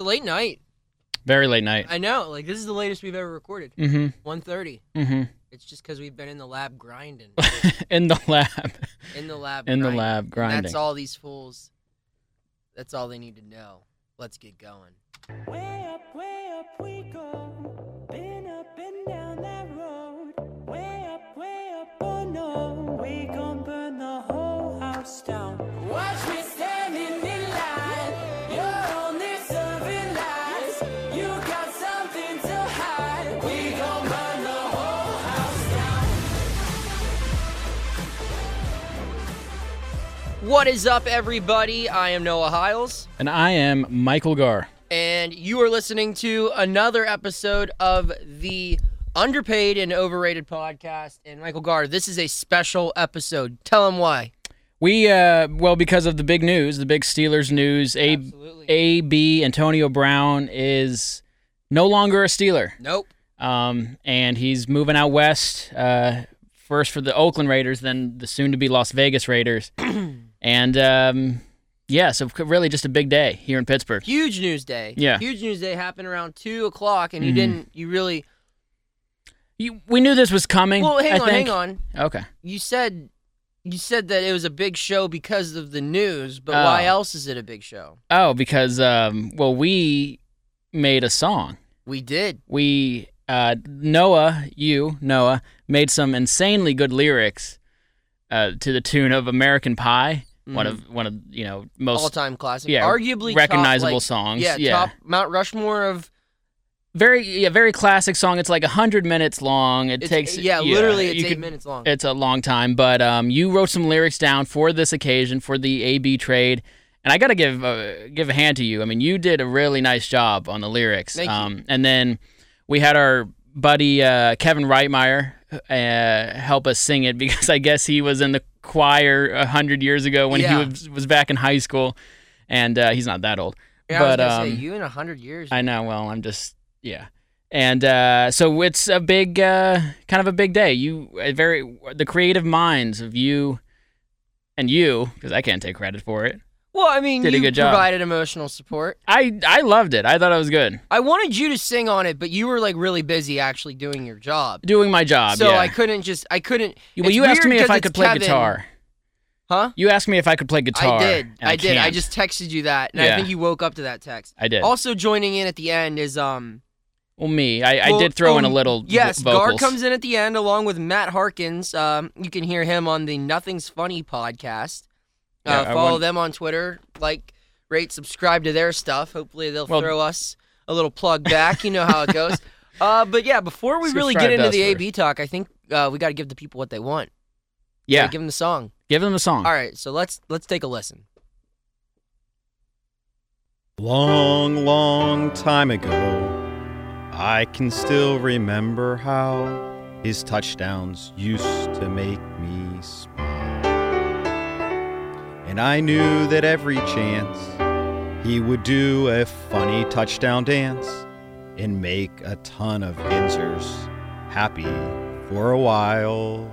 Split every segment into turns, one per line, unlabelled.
a late night.
Very late night.
I know. Like this is the latest we've ever recorded.
Mm
1.30.
hmm. Mm
It's just because we've been in the lab grinding.
hmm. In the lab.
In the lab.
In the
grinding.
lab
And
grinding.
That's all these fools. That's all they need to know. Let's get going.
Way up, way up we go. Been up and down that road. Way up, way up, oh no. We gon' burn the whole house down. Watch me standing in line. You're only serving lies. You got something to hide. We gon' burn the whole house down.
What is up, everybody? I am Noah Hiles,
And I am Michael Gar.
and you are listening to another episode of the Underpaid and Overrated podcast. And Michael Gar, this is a special episode. Tell him why.
We, uh, well, because of the big news, the big Steelers news, A-
Absolutely.
AB Antonio Brown is no longer a Steeler.
nope.
Um, and he's moving out west, uh, first for the Oakland Raiders, then the soon to be Las Vegas Raiders. and, um, yeah, so really just a big day here in Pittsburgh.
Huge news day.
Yeah. Mm-hmm.
Huge news day happened around two o'clock, and you didn't. You really.
You, we knew this was coming.
Well, hang
I
on,
think.
hang on.
on. Okay.
You said. You said that it was a big show because of the news, but
Oh.
why else is it a big show?
Oh, because um, well, we made a song.
We did.
We uh, Noah, you Noah, made some insanely good lyrics uh, to the tune of "American Pie," one of one of you know most
all time classic.
yeah,
arguably
recognizable
Mm-hmm. top, like,
songs.
Yeah,
Yeah.
top Mount Rushmore of
very yeah very classic song. It's like hundred minutes long. It
it's,
takes
yeah, literally it's
you
eight
could-
minutes long.
It's a long time, but um, you wrote some lyrics down for this occasion for the AB trade, and I got to give uh, give a hand to you. I mean, you did a really nice job on the lyrics.
Thank you.
um, And then we had our buddy uh, Kevin Reitmeyer uh, help us sing it because I guess he was in the choir a hundred years ago when
Yeah.
he was, was back in high school, and uh, he's not that old.
Yeah,
but
I was gonna
um,
say, you in a hundred years.
I know. Well, I'm just yeah. And uh, so it's a big, uh, kind of a big day. You a very the creative minds of you and you because I can't take credit for it.
well, I mean,
did a
you
good job.
provided emotional support.
I I loved it. I thought it was good.
I wanted you to sing on it, but you were like really busy actually doing your job.
Doing my job.
so
yeah.
I couldn't just. I couldn't.
well,
it's
you asked
weird
me if
'cause
I
it's
could play
Kevin,
guitar.
huh?
You asked me if I could play guitar.
I did.
and
I did. I
can't.
just texted you that, and I
Yeah.
think you woke up to that text.
I did.
Also joining in at the end is um
well, me. I,
Well,
I did throw in a
um,
little.
Yes,
vo- vocals.
Gar comes in at the end along with Matt Harkins. Um, you can hear him on the Nothing's Funny podcast. Uh,
Yeah, I
follow
wouldn't-
them on Twitter. Like, rate, subscribe to their stuff. Hopefully, they'll
Well-
throw us a little plug back. You know how it goes. Uh, but yeah, before we really
Subscribe
get
to
into
us
the AB talk, I think uh, we got to give the people what they want. We
Yeah.
gotta give them the song.
Give them a song.
All right, so let's let's take a listen.
Long, long time ago, I can still remember how his touchdowns used to make me smile. And I knew that every chance he would do a funny touchdown dance and make a ton of Yinzers happy for a while.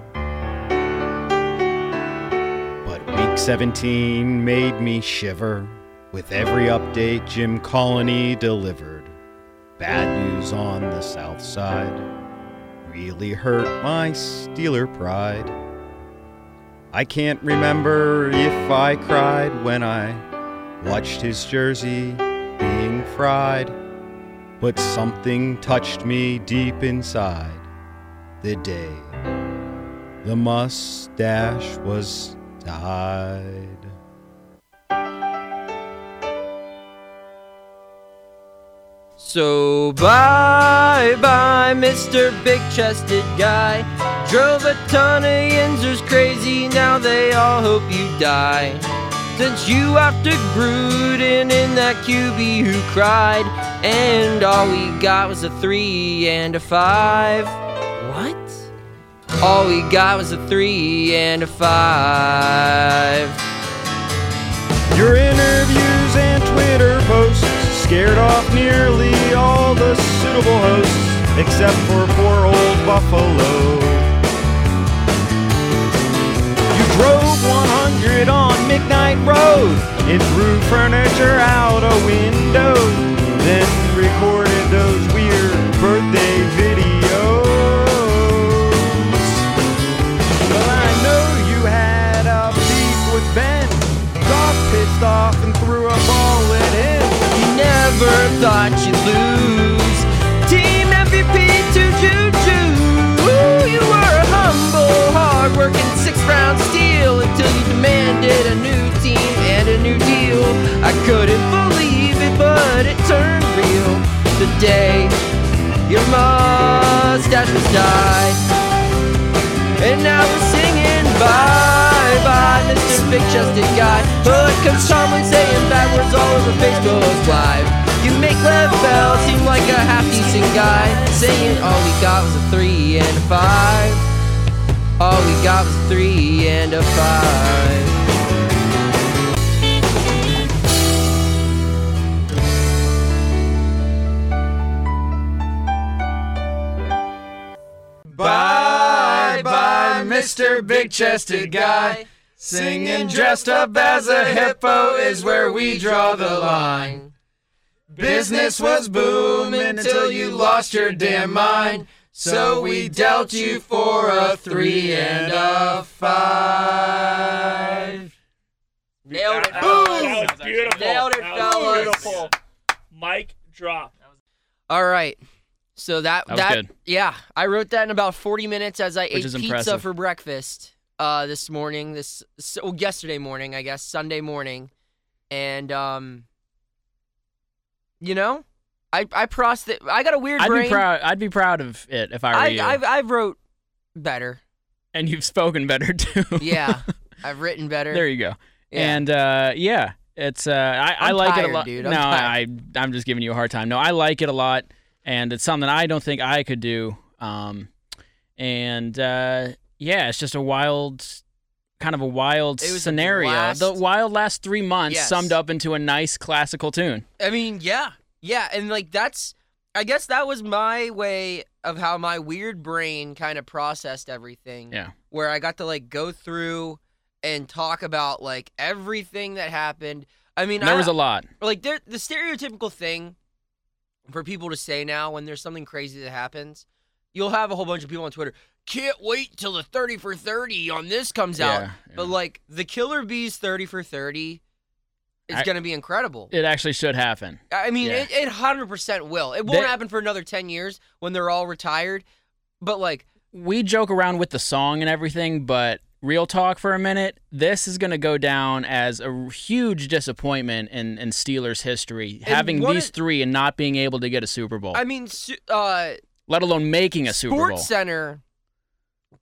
But week 17 made me shiver with every update Jim Colony delivered. Bad news on the south side really hurt my Steeler pride. I can't remember if I cried when I watched his jersey being fried, but something touched me deep inside the day the mustache was dyed.
So bye bye, Mr. Big Chested Guy. Drove a ton of Yinzers crazy, now they all hope you die. Since you after Gruden in that QB who cried, and all we got was a three and a five. What? All we got was a three and a five.
Your interviews and Twitter posts scared off nearly all the suitable hosts, except for poor old Buffalo. You drove 100 on Midnight Road and threw furniture out a window. off and threw a ball at him.
You never thought you'd lose. Team MVP to Juju. Ooh, you were a humble, hard-working six-round steal until you demanded a new team and a new deal. I couldn't believe it, but it turned real the day your mustache was dyed. And now we're singing bye bye, Mr. Big Chested Guy. But comes Charmin saying bad words all over Facebook Live. You make Lev Bell seem like a half decent guy, saying all we got was a three and a five. All we got was a three and a five.
Bye bye, Mr. Big Chested Guy. Singing dressed up as a hippo is where we draw the line. Business was booming until you lost your damn mind. So we dealt you for a three and a five.
Nailed it.
That was beautiful.
Nailed it,
that was
fellas.
beautiful. Mic drop.
All right. So that
That
that,
was good.
yeah, I wrote that in about 40 minutes as I ate
is
pizza
impressive.
for breakfast uh this morning, this so, well, yesterday morning, I guess, Sunday morning. And um you know, I I processed I got a weird
I'd
brain.
be proud. I'd be proud of it if I were
I
you.
I've, I've wrote better.
and you've spoken better too.
Yeah. I've written better.
there you go.
Yeah.
And uh, yeah, it's uh, I, I
I'm
like it
tired,
a lot.
dude.
No,
I'm
I I'm just giving you a hard time. No, I like it a lot, and it's something I don't think I could do. Um, and uh, yeah, it's just a wild, kind of a wild
It was a
scenario.
blast.
The wild last three months
Yes.
summed up into a nice classical tune.
I mean, yeah, yeah, and like that's, I guess that was my way of how my weird brain kind of processed everything.
Yeah.
Where I got to like go through and talk about like everything that happened. I mean,
there
I,
was a lot.
like there, the stereotypical thing for people to say now when there's something crazy that happens, you'll have a whole bunch of people on Twitter. Can't wait till the thirty for thirty on this comes out.
Yeah,
But
yeah.
like the Killer Bees thirty for thirty is
I-
gonna be incredible.
It actually should happen.
I mean,
Yeah.
it, it 100% will. It won't
They-
happen for another 10 years when they're all retired. But, like,
we joke around with the song and everything, but real talk for a minute, this is going to go down as a huge disappointment in, in Steelers history. Having
what
these
it-
three and not being able to get a Super Bowl,
I mean, su- uh,
let alone making a Oh. Super Bowl.
Sports Center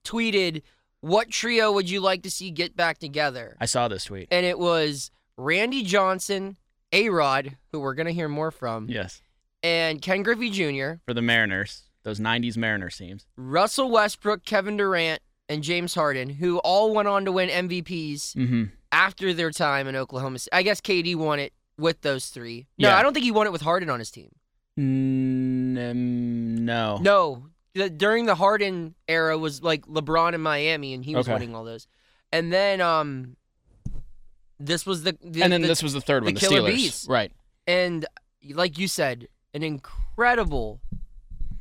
tweeted, What trio would you like to see get back together?
I saw this tweet.
And it was Randy Johnson, A Rod, who we're going to hear more from,
Yes,
and Ken Griffey Jr.,
for the Mariners, those 90s Mariners teams.
Russell Westbrook, Kevin Durant, and James Harden, who all went on to win MVPs.
hmm
after their time in Oklahoma City. I guess KD won it with those three. No,
Yeah.
I don't think he won it with Harden on his team.
no.
No, the, during the Harden era was like LeBron in Miami, and he was
Okay.
winning all those. And then um, this was the, the
and then
the-
this was the third
the
one, the
Killer
Steelers.
Bees.
Right.
and like you said, an incredible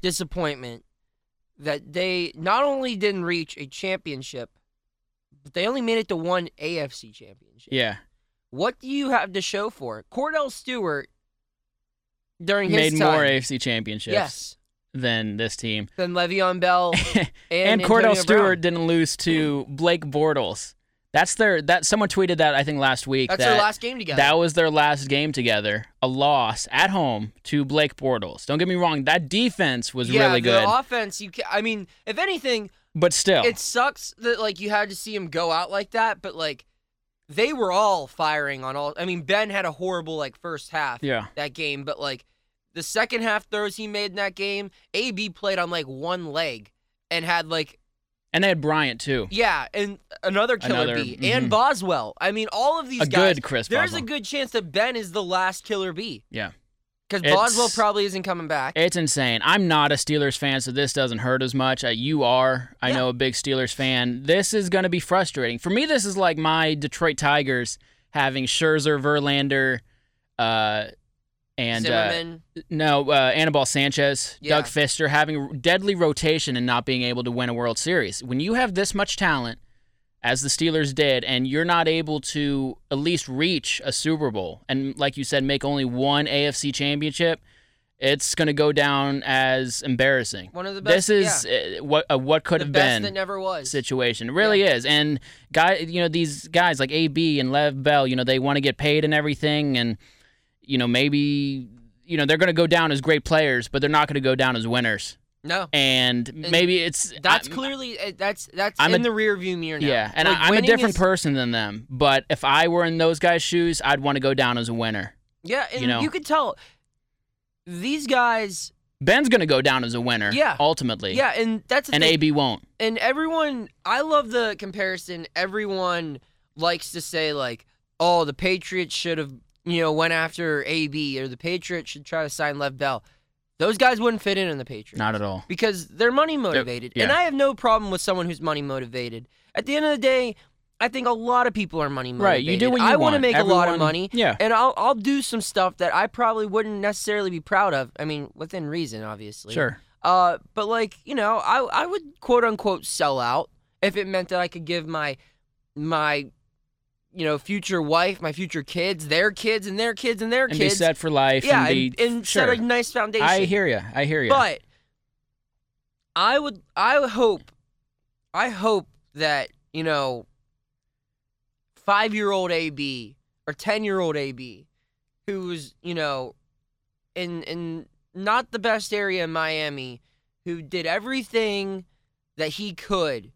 disappointment that they not only didn't reach a championship, but they only made it to one AFC championship.
Yeah.
What do you have to show for it? Cordell Stewart during his
Made
time,
more AFC championships
yes,
than this team.
than Le'Veon Bell
and,
and, Antonio
Cordell Stewart
Brown.
didn't lose to Blake Bortles. That's their that someone tweeted that I think last week
That's
that
their last game together.
that was their last game together, a loss at home to Blake Bortles. Don't get me wrong, that defense was
yeah,
really
the
good, Oh.
offense. You, ca I mean, if anything,
but still,
it sucks that like you had to see him go out like that. But like, they were all firing on all. I mean, Ben had a horrible like first half
yeah,
that game, but like the second half throws he made in that game, AB played on like one leg and had like
and they had Bryant too.
Yeah, and another killer
Another-
bee and
mhm.
Boswell. I mean, all of these
A
guys.
good Chris
There's a
Boswell.
good chance that Ben is the last killer bee
Yeah,
because
It's-
Boswell probably isn't coming back.
it's insane. I'm not a Steelers fan, so this doesn't hurt as much. Uh, you are, I
Yeah.
know, a big Steelers fan. This is going to be frustrating for me. This is like my Detroit Tigers having Scherzer, Verlander, uh, and uh,
Zimmerman.
No, uh, Anibal Sanchez,
Yeah.
Doug Fister having deadly rotation and not being able to win a World Series. When you have this much talent as the Steelers did, and you're not able to at least reach a Super Bowl, and like you said, make only one AFC championship, it's going to go down as embarrassing.
One of the best-
This is uh, what a what could
the
have
best
been
that never was.
situation. It really is. And guy, you know, these guys like AB and Lev Bell, you know, they want to get paid and everything, and you know, maybe you know they're going to go down as great players, but they're not going to go down as winners.
No,
And, maybe it's
that's
I-
clearly uh, that's that's
I'm
in
a-
the rear view mirror now.
Yeah, and
Like,
I, I'm a
winning
different
is-
person than them. But if I were in those guys' shoes, I'd want to go down as a winner.
Yeah, and you,
know.
could tell these guys.
Ben's gonna go down as a winner.
Yeah.
ultimately.
Yeah, and that's the
and
thing.
AB won't.
and everyone i love the comparison everyone likes to say like oh the patriots should have you know went after ab or the patriots should try to sign lev bell those guys wouldn't fit in on the patriots
Not at all.
because they're money motivated and
yeah.
i have no problem with someone who's money motivated at the end of the day i think a lot of people are money
Right,
motivated
you do what you
i
want.
to make a lot of
Everyone-
money
yeah.
and I'll, I'll do some stuff that i probably wouldn't necessarily be proud of i mean within reason obviously
Sure.
uh, but like you know, I I would quote unquote sell out if it meant that I could give my my you know future wife, my future kids, their kids, and their kids, and their
And be
kids.
set for life.
yeah,
and, be,
and, and
sure.
set a nice foundation.
I hear you. I hear you.
But I would I would hope I hope that, you know, 5-year-old AB or 10-year-old AB who was, you know, in in not the best area in Miami who did everything that he could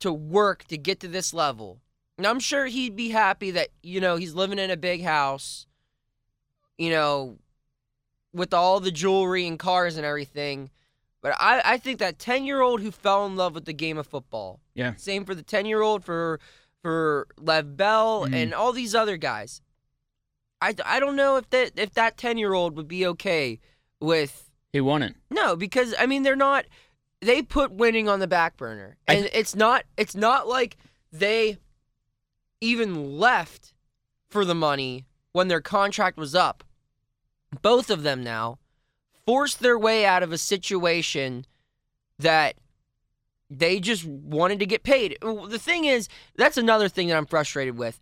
to work to get to this level. And I'm sure he'd be happy that, you know, he's living in a big house, you know, with all the jewelry and cars and everything. But I, I think that 10 year old who fell in love with the game of football.
Yeah.
Same for the 10 year old for for Lev Bell
Mhm.
and all these other guys. I, I don't know if that if that 10 year old would be okay with
he wouldn't.
no, because I mean they're not. They put winning on the back burner,
I-
and it's not. It's not like they even left for the money when their contract was up. Both of them now forced their way out of a situation that they just wanted to get paid. The thing is, that's another thing that I'm frustrated with.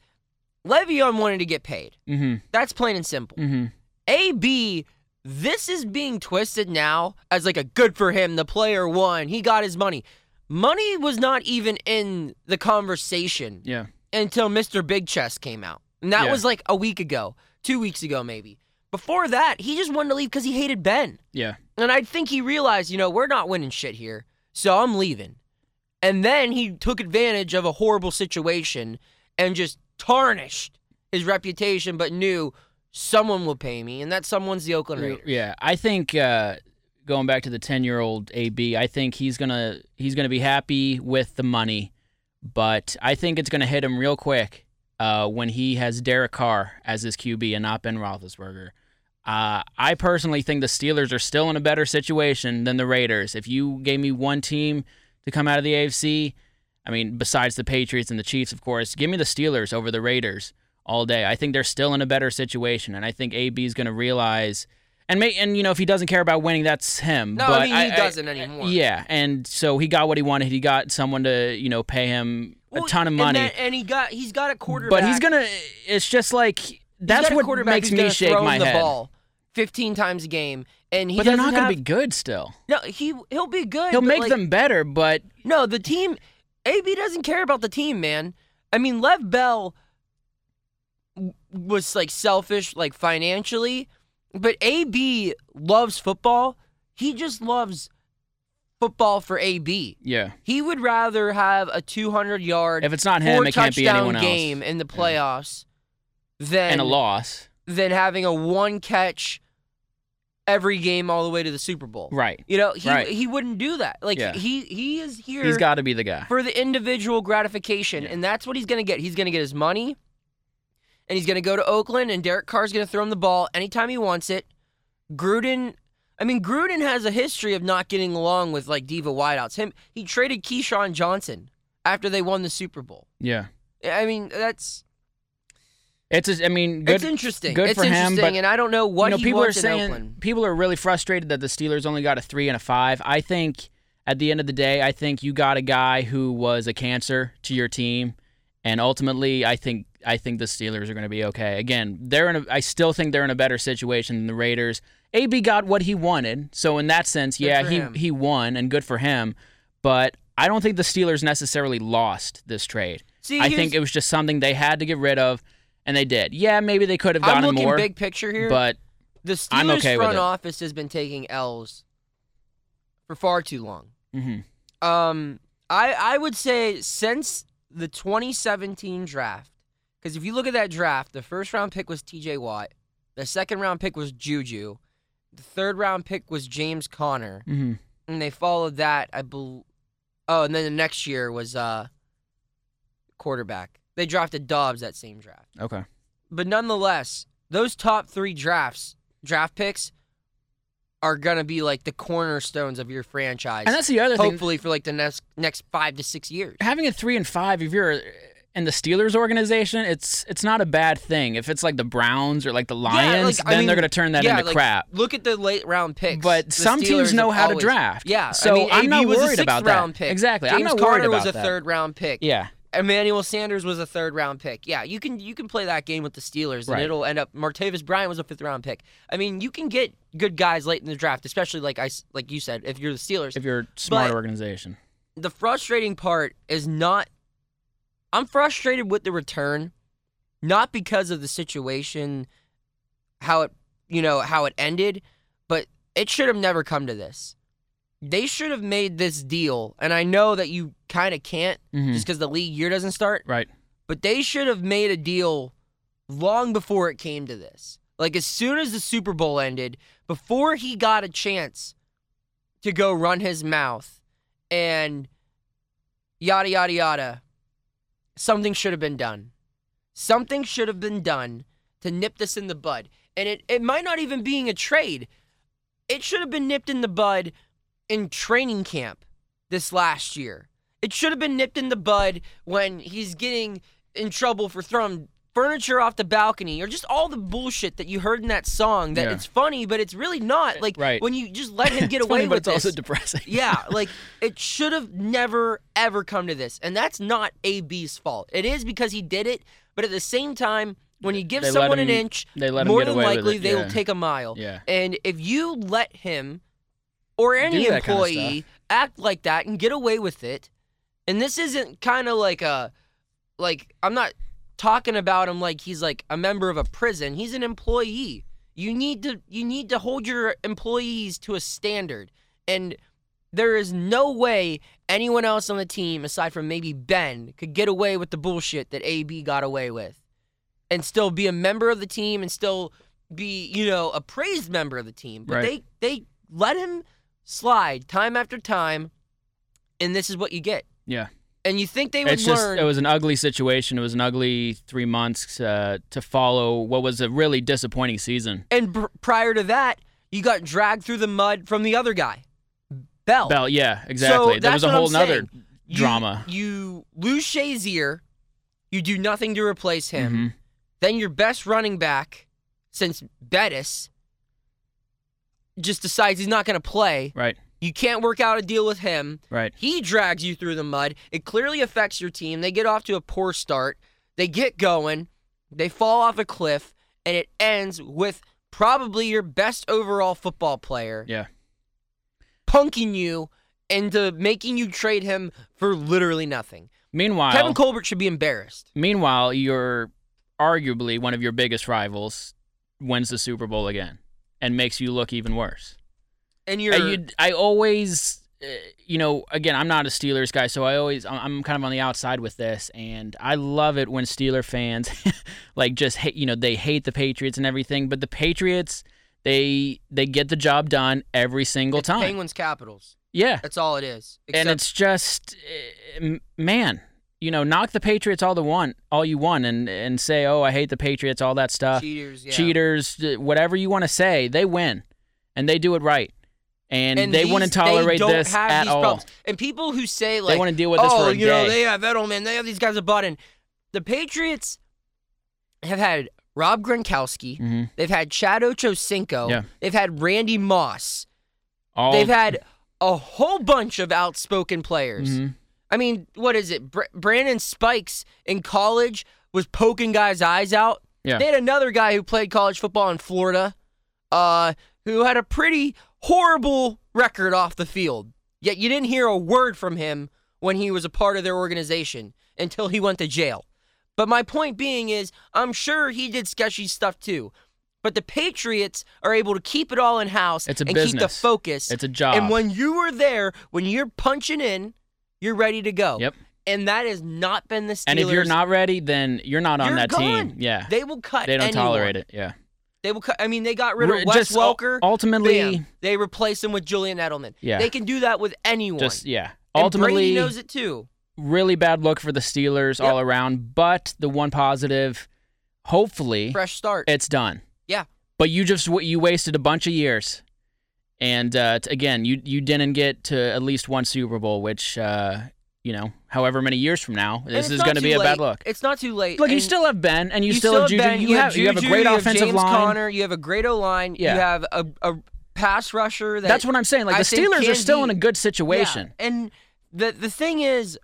Le'Veon wanted to get paid.
Mm-hmm.
That's plain and simple.
Mm-hmm.
AB, this is being twisted now as like a good for him. The player won. He got his money. Money was not even in the conversation
Yeah.
until Mr. Big Chest came out. And that
Yeah.
was like a week ago, two weeks ago, maybe. Before that, he just wanted to leave because he hated Ben.
Yeah.
And I think he realized, you know, we're not winning shit here, so I'm leaving. And then he took advantage of a horrible situation and just tarnished his reputation, but knew someone will pay me, and that someone's the Oakland Raiders.
Yeah, I think uh, going back to the ten-year-old AB, I think he's gonna he's gonna be happy with the money, but I think it's gonna hit him real quick uh, when he has Derek Carr as his QB and not Ben Roethlisberger. Uh, I personally think the Steelers are still in a better situation than the Raiders. If you gave me one team to come out of the AFC, I mean, besides the Patriots and the Chiefs, of course, give me the Steelers over the Raiders all day. I think they're still in a better situation, and I think AB is going to realize. And may, and you know if he doesn't care about winning, that's him.
No,
but
I mean he doesn't anymore.
Yeah, and so he got what he wanted. He got someone to you know pay him
Well,
a ton of
and
money.
that- and he got he's got a quarterback.
but he's gonna. It's just like that's
got a
what
quarterback
makes
who's
me
gonna
shake
throw him
my
the
head.
ball 15 times a game, and he
but they're
doesn't
not gonna
have-
be good still.
No, he he'll be good.
He'll
but,
make
like,
them better, but
No, the team. AB doesn't care about the team, man. I mean, Lev Bell w- was like selfish, like financially, but AB loves football. He just loves football for AB.
yeah.
He would rather have a 200 yard,
If it's not him,
four
it can't be anyone
touchdown
else.
game in the playoffs than
and a loss,
than having a one catch every game all the way to the Super Bowl.
right?
You know, he
Right.
he wouldn't do that. Like
Yeah.
he he is here
He's got to be the guy.
for the individual gratification,
Yeah.
and that's what he's going to get. He's going to get his money, and he's going to go to Oakland, and Derek Carr's going to throw him the ball anytime he wants it. Gruden, I mean, Gruden has a history of not getting along with like diva wideouts. Him, he traded Keyshawn Johnson after they won the Super Bowl.
Yeah,
I mean, that's
it's. A, I mean, good.
it's interesting.
good
it's
for him,
interesting,
but,
and I don't know what
you know,
he
people are
wants in
saying
Oakland.
people are really frustrated that the Steelers only got a three and a five. I think at the end of the day, I think you got a guy who was a cancer to your team, and ultimately, I think I think the Steelers are going to be okay. Again, they're in. A, I still think they're in a better situation than the Raiders. AB got what he wanted, so in that sense,
Good
yeah,
for
he
him.
he won, and good for him. But I don't think the Steelers necessarily lost this trade.
See,
I
here's-
think it was just something they had to get rid of, and they did. Yeah, maybe they could have
I'm
gotten
looking
more,
big picture here.
but
the
I'm
Steelers
okay with
front
it.
office has been taking L's for far too long.
mhm.
Um, I I would say since the 2017 draft, because if you look at that draft, the first round pick was T.J. Watt, the second round pick was Juju, the third round pick was James Conner,
Mhm.
and they followed that. I believe. Oh, and then the next year was uh quarterback. They drafted Dobbs that same draft
okay,
but nonetheless, those top three drafts, draft picks, are gonna be like the cornerstones of your franchise.
and that's the other thing.
hopefully for like the next next five to six years.
having a three and five, if you're in the Steelers organization, it's it's not a bad thing. If it's like the Browns or like the Lions,
I
then
mean,
they're gonna turn that
yeah,
into
like,
crap.
Look at the late round picks.
But
The
some teams
Steelers
know
have
how to
always-
draft.
Yeah,
So
I mean,
I'm
AB
not
was a
worried
sixth
about that.
round Pick.
Exactly, I'm
James
not worried
Conner was
about
a
that.
third round pick.
Yeah,
Emmanuel Sanders was a third round pick. Yeah, you can you can play that game with the Steelers, and
Right.
it'll end up. Martavis Bryant was a fifth round pick. I mean, you can get good guys late in the draft, especially like I s- like you said, if you're the Steelers.
if you're a smart
But-
organization.
the frustrating part is not. I'm frustrated with the return, not because of the situation, how it you know how it ended, but it should have never come to this. They should have made this deal, and I know that you kind of can't
Mhm.
just because the league year doesn't start
Right.
but they should have made a deal long before it came to this. Like as soon as the Super Bowl ended, before he got a chance to go run his mouth and yada yada yada, something should have been done. Something should have been done to nip this in the bud. And it, it might not even being a trade. It should have been nipped in the bud in training camp this last year. It should have been nipped in the bud when he's getting in trouble for throwing furniture off the balcony or just all the bullshit that you heard in that song that
Yeah.
it's funny but it's really not like
Right.
when you just let him get
It's
away
funny,
with
but it's
this
also depressing.
yeah, like it should have never ever come to this, and that's not AB's fault. It is because he did it, but at the same time, when you give
They let
someone an
him-
inch,
they let him
more
get
than
away with
likely
it,
they
yeah.
will take a mile.
Yeah.
And if you let him or any
Do that kinda
employee act like that and get away with it, and this isn't kind of like a like I'm not talking about him like he's like a member of a prison. He's an employee. You need to you need to hold your employees to a standard. And there is no way anyone else on the team aside from maybe Ben could get away with the bullshit that AB got away with and still be a member of the team and still be, you know, a praised member of the team. But
Right.
they they let him slide time after time and this is what you get.
Yeah.
And you think they would
It's just
learn
it was an ugly situation. It was an ugly three months uh, to follow what was a really disappointing season.
And pr- prior to that, you got dragged through the mud from the other guy, Bell.
Bell, yeah, exactly.
So
there
that's
was a
what I'm
whole nother
saying. You-
drama.
You lose Shazier. You do nothing to replace him.
Mhm.
Then your best running back since Bettis just decides he's not going to play.
Right,
You can't work out a deal with him.
right.
He drags you through the mud. It clearly affects your team. They get off to a poor start. They get going. They fall off a cliff. And it ends with probably your best overall football player
Yeah,
punking you into making you trade him for literally nothing.
Meanwhile,
Kevin Colbert should be embarrassed.
meanwhile, your arguably one of your biggest rivals wins the Super Bowl again and makes you look even worse.
And
I,
you're
you, I always, uh, you know, again, I'm not a Steelers guy, so I always I'm- I'm kind of on the outside with this, and I love it when Steeler fans like just hate, you know, they hate the Patriots and everything, but the Patriots. They they get the job done every single
it's
time.
Penguins Capitals.
Yeah,
That's all it is.
and it's just eh, m- man you know knock the patriots all the want all you want and and say oh i hate the patriots all that stuff
cheaters. Yeah.
cheaters eh, whatever you want to say they win and they do it right and, they
these-
wouldn't tolerate
don't
this
have
at
these
all
problems. And people who say like
wanna deal with this
oh,
for a
you know,
day."
they have Edelman, they have these guys a button. The Patriots have had Rob Gronkowski.
Mhm.
They've had Chad Ochocinco.
Yeah.
They've had Randy Moss.
all
They've had a whole bunch of outspoken players.
Mhm.
I mean, what is it? Br- Brandon Spikes in college was poking guys' eyes out.
Yeah.
They had another guy who played college football in Florida, uh, who had a pretty horrible record off the field. Yet you didn't hear a word from him when he was a part of their organization until he went to jail. But my point being is, I'm sure he did sketchy stuff too. But the Patriots are able to keep it all in house and
It's a
keep the
business.
focus.
It's a job.
And when you were there, when you're punching in, you're ready to go.
Yep.
And that has not been the Oh, Steelers.
And if you're not ready, then you're not on
you're
that
gone.
team. Yeah.
They will cut.
They don't
anyone.
tolerate it. Yeah.
They will cut. I mean, they got rid
Re-
of Wes
just ul-
Welker.
ultimately-
Bam. they replace him with Julian Edelman.
Yeah.
They can do that with anyone.
Just yeah.
And
Ultimately,
Brady knows it too.
really bad look for the Steelers all around. But the one positive, hopefully,
Fresh start.
it's done.
Yeah.
But you just wa- you wasted a bunch of years, and uh, t- again, you you didn't get to at least one Super Bowl, which uh, you know, however many years from now,
And
this
it's
is
not
going to
too
be a
late.
bad look.
It's not too late.
Look, you
And
still have Ben, and you,
you
still, have Juju.
Ben,
you, have, you have a
Juju,
great
you have
offensive
James
line.
Conner, you have a great O line.
Yeah.
You have a, a pass rusher. That
That's what I'm saying. Like
I
the
think
Steelers
can
are still
be-
in a good
Yeah,
situation,
And the the thing is,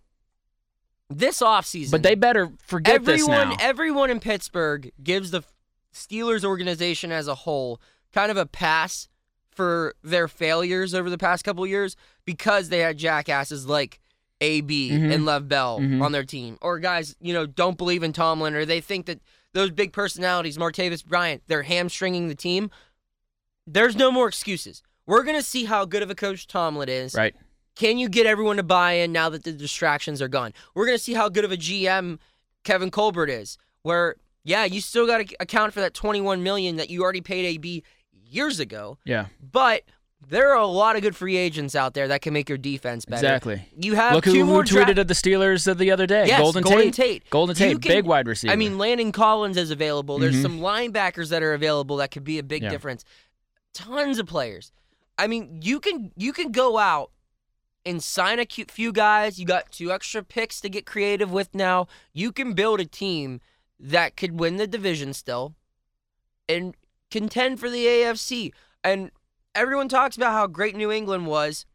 this offseason,
but they better forget this
everyone
now.
everyone in Pittsburgh gives the Steelers organization as a whole kind of a pass for their failures over the past couple of years because they had jackasses like AB
Mhm.
and Lev Bell
Mhm.
on their team, or guys you know don't believe in Tomlin, or they think that those big personalities, Martavis Bryant, they're hamstringing the team. There's no more excuses. We're gonna see how good of a coach Tomlin is.
right.
Can you get everyone to buy in now that the distractions are gone? We're going to see how good of a GM Kevin Colbert is. Where yeah, you still got to account for that 21 million that you already paid AB years ago,
Yeah.
but there are a lot of good free agents out there that can make your defense better.
Exactly.
You have
Look
two
who, who
more
tweeted
draft-
at the Steelers the- the other day.
Yes,
Golden,
Golden
Tate.
Tate.
Golden
You
Tate,
can-
big wide receiver.
I mean, Landon Collins is available. There's
Mhm.
some linebackers that are available that could be a big
Yeah.
difference. Tons of players. I mean, you can you can go out and sign a cu- few guys. You got two extra picks to get creative with now. You can build a team that could win the division still and contend for the AFC. And everyone talks about how great New England was.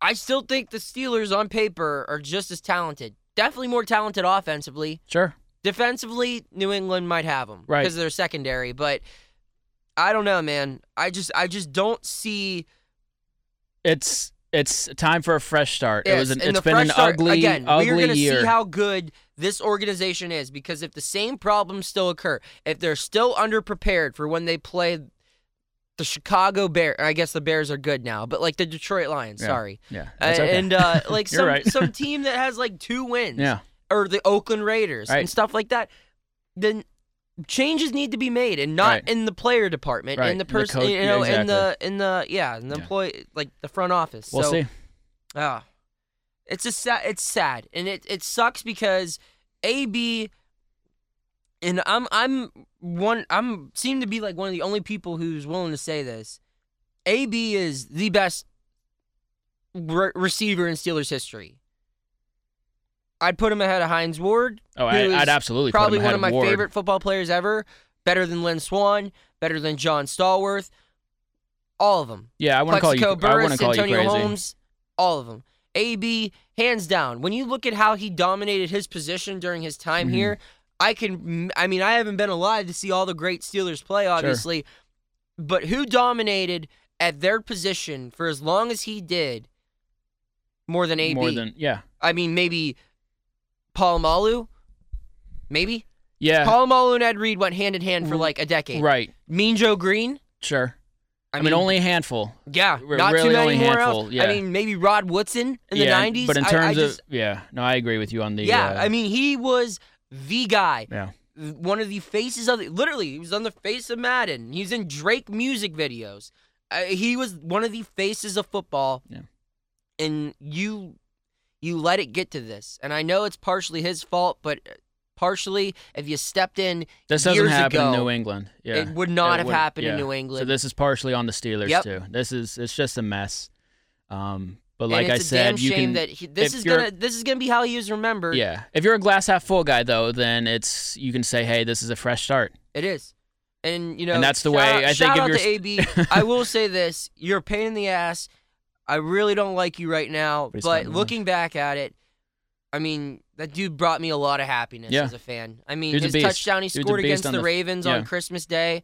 I still think the Steelers on paper are just as talented. Definitely more talented offensively.
sure.
Defensively, New England might have them
Right.
because of their secondary, but I don't know, man. I just I just don't see
It's it's time for a fresh start. it was an,
and
it's
the
been
fresh
an
start-
ugly
again, We're
ugly
gonna
year.
see how good this organization is because if the same problems still occur, if they're still underprepared for when they play the Chicago Bears, I guess the Bears are good now, but like the Detroit Lions,
Yeah.
sorry,
yeah.
Uh,
That's okay.
and uh, like
You're
some
right.
some team that has like two wins,
yeah.
or the Oakland Raiders
Right.
and stuff like that, then changes need to be made and not
Right.
in the player department
Right,
in the
the
person
coach-
you
yeah,
know in the in the yeah in the
Yeah.
employee like the front office
We'll
so
see.
Ah, it's a sad. It's sad, and it it sucks because AB and I'm I'm one I'm seem to be like one of the only people who's willing to say this. AB is the best re- receiver in Steelers history. I'd put him ahead of Heinz Ward.
Oh,
who
I,
is
would absolutely put
probably
him
one
ahead
of my
Ward.
favorite football players ever. Better than Lynn Swan. Better than John Stallworth. All of them.
Yeah, I want to call you.
Plexico
I want
Burris,
to call
Antonio
you crazy.
Holmes, all of them. AB, hands down. When you look at how he dominated his position during his time
Mhm.
here, I can. I mean, I haven't been alive to see all the great Steelers play, obviously, but who dominated at their position for as long as he did? More than AB.
More than yeah.
I mean, maybe Palomalu. Maybe
Yeah. Mm-hmm.
Palomalu and Ed Reed went hand in hand for like a decade.
right.
Mean Joe Green.
Sure. I, mean, only a handful.
Yeah,
Re-
not
really
too many
only
more
handful,
else. I
yeah.
mean, maybe Rod Woodson in
yeah,
the '90s.
But in
I- I
terms
just-
of yeah, no, I agree with you on the
yeah,
uh,
I mean, he was the guy,
yeah.
one of the faces of the, literally, he was on the face of Madden. He's in Drake music videos. Uh, he was one of the faces of football.
Yeah.
And you, you let it get to this, and I know it's partially his fault, but uh, partially if you stepped in,
This doesn't
years
happen
ago,
in New England. Yeah.
it would not
It
have
would-
happened in
yeah.
New England.
So this is partially on the Steelers
Yep.
too. This is it's just a mess. Um, but
And
like I
it's a
said,
damn
you
shame
can
that he, this
if
is
you're-
gonna this is gonna be how he is remembered.
yeah. If you're a glass half full guy though, then it's you can say, hey, this is a fresh start.
It is. And you know,
And that's the
shout
way-
out-
I think
shout
if
out
you're
to
st-
AB. I will say this: you're a pain in the ass. I really don't like you right now,
But he's
but
gotten
looking back at it, I mean, that dude brought me a lot of happiness
Yeah.
as a fan. I mean,
Dude's a
his
beast.
touchdown he
Dude's a
scored
beast
against
on
the,
the f-
Ravens
yeah.
on Christmas Day,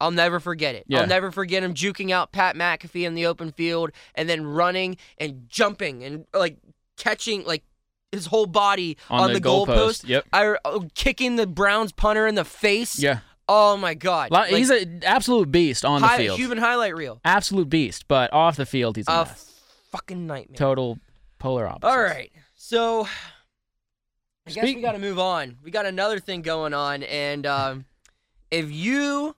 I'll never forget it.
Yeah.
I'll never forget him juking out Pat McAfee in the open field and then running and jumping and like catching like his whole body
on,
on,
the,
goalpost.
goalpost. Yep.
I oh, kicking the Browns punter in the face.
Yeah.
Oh my god.
Lot-
Like,
he's an absolute beast on the
hi-
field.
Human highlight reel.
absolute beast, but off the field he's a
A
mess.
fucking nightmare.
total polar opposite.
All right. So I guess we
Speak-
got to move on. We got another thing going on and um, if you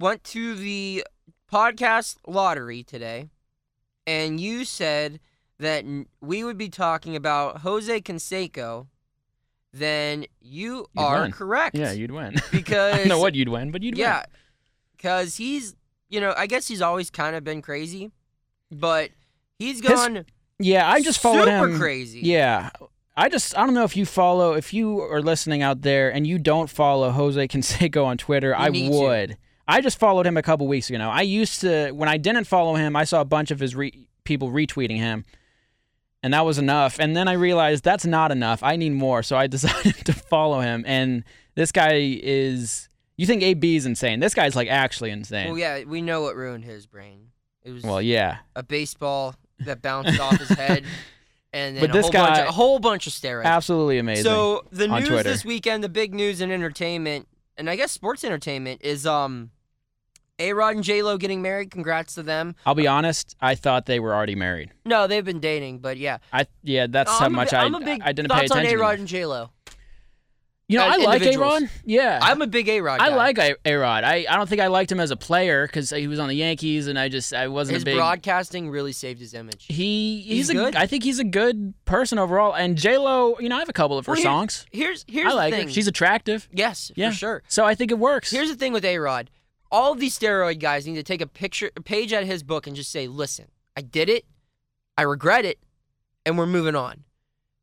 went to the podcast lottery today and you said that n- we would be talking about Jose Canseco, then you
You'd
are
win.
correct.
Yeah, you'd win. I
because
don't know what you'd win, but you'd
yeah, because he's you know I guess he's always kind of been crazy, but he's
His-
gone
win. Yeah, I just followed
super
him.
crazy.
Yeah. I just I don't know if you follow if you are listening out there and you don't follow Jose Canseco on Twitter, I
need to.
would. I just followed him a couple weeks ago. now. I used to when I didn't follow him, I saw a bunch of his re- people retweeting him. And that was enough. And then I realized that's not enough. I need more. So I decided to follow him and this guy is you think AB is insane. This guy's like actually insane.
Well, yeah, we know what ruined his brain. It was
Well, yeah.
a baseball that bounced off his head, and then
But
a,
this
whole bunch
guy-
of, a whole bunch of steroids.
Absolutely amazing.
So the
on
news
Twitter.
this weekend, the big news in entertainment, and I guess sports entertainment, is um, A Rod and J Lo getting married. Congrats to them.
I'll be honest, I thought they were already married.
No, they've been dating, but yeah,
I yeah, that's
Oh,
how
I'm a
much
bi-
I
I'm a big
I didn't pay
thoughts
attention.
on
to
A Rod
them.
and J Lo.
You know,
as
I like A
individuals.
Rod. Yeah,
I'm a big A Rod.
I like A Rod. I, I don't think I liked him as a player because he was on the Yankees, and I just I wasn't
his
a big.
broadcasting really saved his image.
he he's,
He's
a
good.
I think he's a good person overall. And J Lo, you know, I have a couple of her
Well, here-
songs.
Here's here's
I like
the thing.
her. She's attractive.
yes,
Yeah,
for sure.
So I think it works.
Here's the thing with A Rod. All of these steroid guys need to take a picture, a page out of his book, and just say, "Listen, I did it. I regret it, and we're moving on."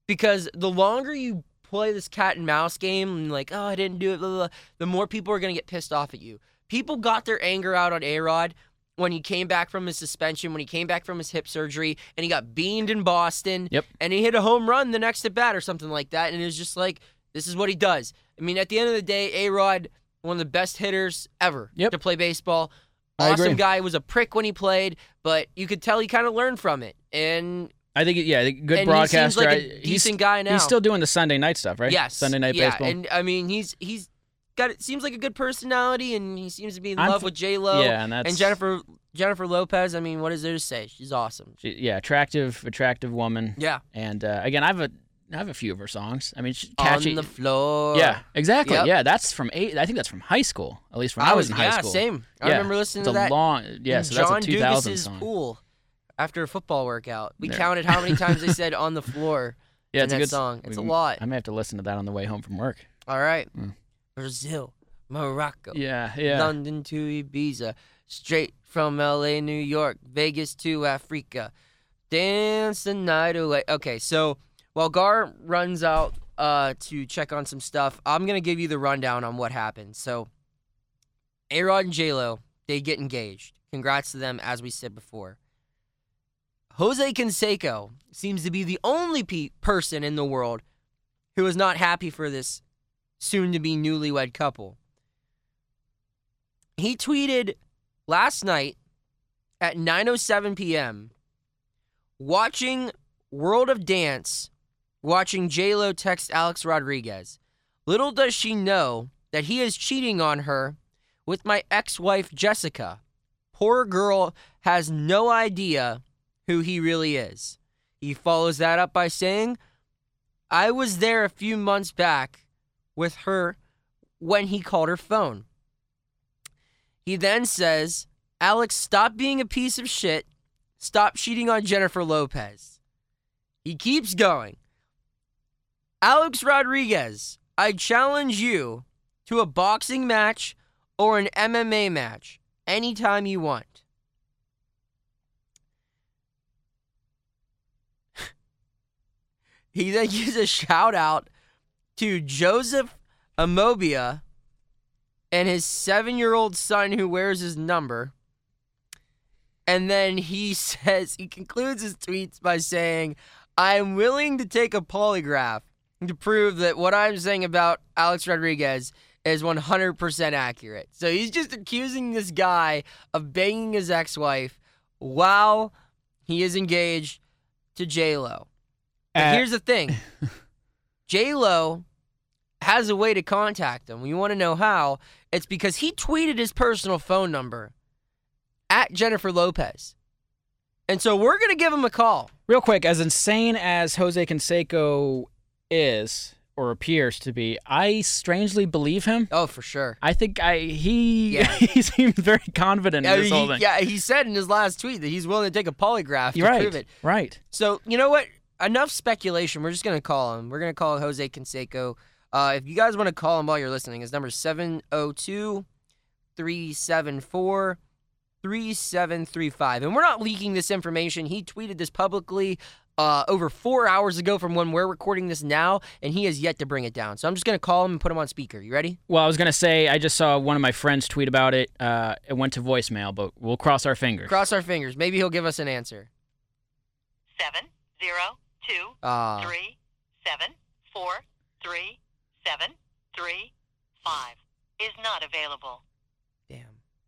Because the longer you play this cat and mouse game, and like, "Oh, I didn't do it," blah, blah, blah, the more people are gonna get pissed off at you. People got their anger out on A Rod when he came back from his suspension, when he came back from his hip surgery, and he got beamed in Boston.
Yep.
And he hit a home run the next at bat or something like that, and it was just like, "This is what he does." I mean, at the end of the day, A Rod one of the best hitters ever
Yep.
to play baseball.
I
awesome
agree.
guy was a prick when he played, but you could tell he kind of learned from it. And,
I think yeah, I think good
and
broadcaster.
he seems
I-
like a
he's
decent guy now.
he's still doing the Sunday night stuff, right?
yes,
Sunday night
yeah,
baseball.
And I mean, he's he's got it seems like a good personality, and he seems to be in
I'm
love
f-
with J Lo
yeah, and that's
and Jennifer Jennifer Lopez. I mean, what is there to say? She's awesome.
she- yeah, attractive, attractive woman.
Yeah,
And uh, again, I have a I have a few of her songs. I mean, she,
on
catchy.
the floor.
Yeah, exactly.
Yep.
Yeah, that's from eight. I think that's from high school, at least when
I
I, was,
was
in high
yeah,
school.
same. I
Yeah,
remember listening
It's a
to that.
long. Yeah, so
John
that's a 2000
Dugas's
song.
pool after a football workout. We
There.
counted how many times they said on the floor.
Yeah, it's
in
a
that
good
song. It's
we-
a lot.
I may have to listen to that on the way home from work.
All right.
Mm.
Brazil, Morocco,
Yeah, yeah.
London to Ibiza, straight from LA, New York, Vegas to Africa. Dance the night away. Okay, so while Gar runs out uh, to check on some stuff, I'm going to give you the rundown on what happened. So, A Rod and JLo, they get engaged. Congrats to them, as we said before. Jose Canseco seems to be the only pe- person in the world who is not happy for this soon to be newlywed couple. He tweeted last night at 9:07 p.m. watching World of Dance, watching JLo text Alex Rodriguez. Little does she know that he is cheating on her with my ex-wife Jessica. Poor girl has no idea who he really is. He follows that up by saying, I was there a few months back with her when he called her phone. He then says, Alex, stop being a piece of shit. Stop cheating on Jennifer Lopez. He keeps going. Alex Rodriguez, I challenge you to a boxing match or an MMA match anytime you want. he then gives a shout out to Joseph Amobia and his seven year old son who wears his number. And then he says, he concludes his tweets by saying, I'm willing to take a polygraph to prove that what I'm saying about Alex Rodriguez is 100% accurate. So he's just accusing this guy of banging his ex wife while he is engaged to J-Lo. But
Uh,
here's the thing J-Lo has a way to contact him. You want to know how? It's because he tweeted his personal phone number at Jennifer Lopez. And so we're going to give him a call.
Real quick, as insane as Jose Canseco is or appears to be, I strangely believe him.
Oh, for sure.
I think I he
Yeah.
he seemed very confident in
Yeah,
this whole
he,
thing.
yeah, he said in his last tweet that he's willing to take a polygraph to
You're right.
prove it.
Right.
So you know what? Enough speculation. We're just gonna call him. We're gonna call Jose Canseco. Uh, if you guys want to call him while you're listening, his number oh is 702 374 3735. And we're not leaking this information. He tweeted this publicly uh, over four hours ago from when we're recording this now, and he has yet to bring it down. So I'm just going to call him and put him on speaker. You ready?
Well, I was gonna say I just saw one of my friends tweet about it. Uh, it went to voicemail, but we'll cross our fingers.
Cross our fingers. Maybe he'll give us an answer.
seven zero two
Uh,
three seven four three seven three five is not available.
damn.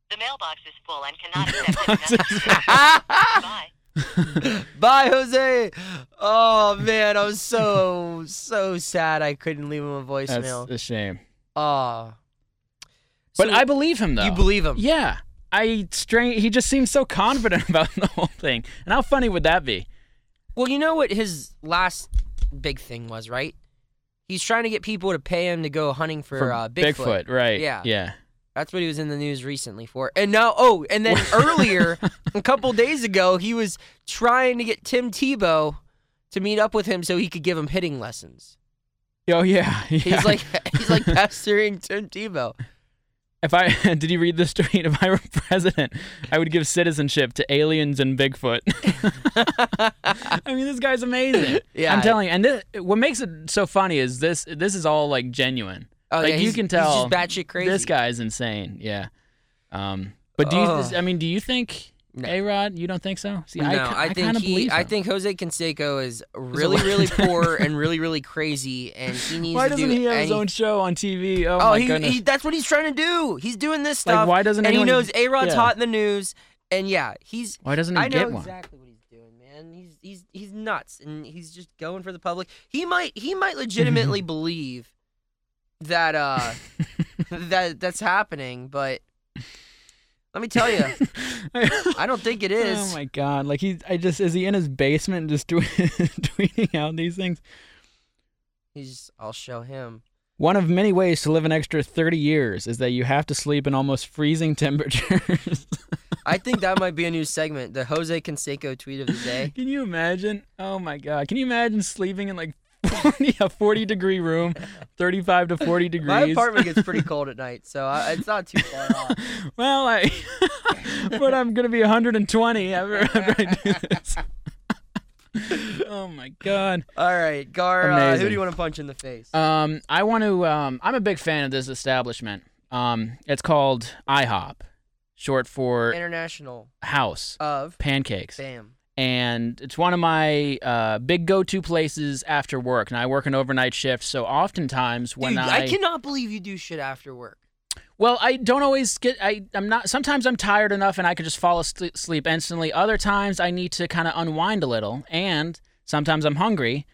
The mailbox is full and cannot accept any messages. Bye.
Bye, Jose. Oh man, I was so so sad I couldn't leave him a
That's
voicemail.
a shame.
Oh.
But
So
I believe him though.
you believe him.
Yeah. I strange. He just seems so confident about the whole thing. And how funny would that be?
Well, you know what his last big thing was, right? He's trying to get people to pay him to go hunting for, uh, Bigfoot.
Bigfoot, right?
Yeah.
Yeah.
That's what he was in the news recently for. And now, oh, and then earlier, a couple days ago, he was trying to get Tim Tebow to meet up with him so he could give him hitting lessons.
Oh yeah. yeah.
He's like he's like pestering Tim Tebow.
If I did you read this tweet? If I were president, I would give citizenship to aliens and Bigfoot. I mean, this guy's amazing.
Yeah.
I'm telling you. And this, what makes it so funny is this. This is all like genuine.
Oh,
like
yeah,
you
he's-
can
he's just
tell
batshit crazy.
This guy's insane. Yeah. Um. But do you?
Ugh.
I mean, do you think A Rod? You don't think so? See,
No,
I,
I, think
kind of
he.
believe.
I
him.
think Jose Canseco is really, really poor and really, really crazy, and he needs
Why
to do
doesn't he have his
any-
own show on TV? Oh,
Oh,
my
he,
goodness.
he, that's what he's trying to do. He's doing this
Like,
stuff.
why doesn't
and
anyone-
he knows A Rod's
yeah.
hot in the news, and yeah, he's.
Why doesn't he
I know
get one?
exactly what he's doing, man. He's he's he's nuts, and he's just going for the public. He might he might legitimately believe that uh that that's happening, but let me tell you, I don't think it is.
Oh my god! Like he, I just is he in his basement and just doing, tweeting out these things?
He's. I'll show him.
One of many ways to live an extra thirty years is that you have to sleep in almost freezing temperatures.
I think that might be a new segment. The Jose Canseco tweet of the day.
Can you imagine? Oh my god! Can you imagine sleeping in like 40, a forty degree room, thirty five to forty degrees?
My apartment gets pretty cold at night, so I, it's not too far off.
Well, I, but I'm gonna be 120 after, after I do this. oh my god.
All right, Gar. Uh, who
Amazing.
do you want to punch in the face?
Um, I want to. Um, I'm a big fan of this establishment. Um, it's called IHOP, short for
International
House
of
Pancakes,
Bam.
and it's one of my uh, big go-to places after work. And I work an overnight shift, so oftentimes when
Dude,
I,
I cannot believe you do shit after work.
well, I don't always get. I I'm not. Sometimes I'm tired enough, and I can just fall asleep sleep instantly. Other times I need to kind of unwind a little, and sometimes I'm hungry.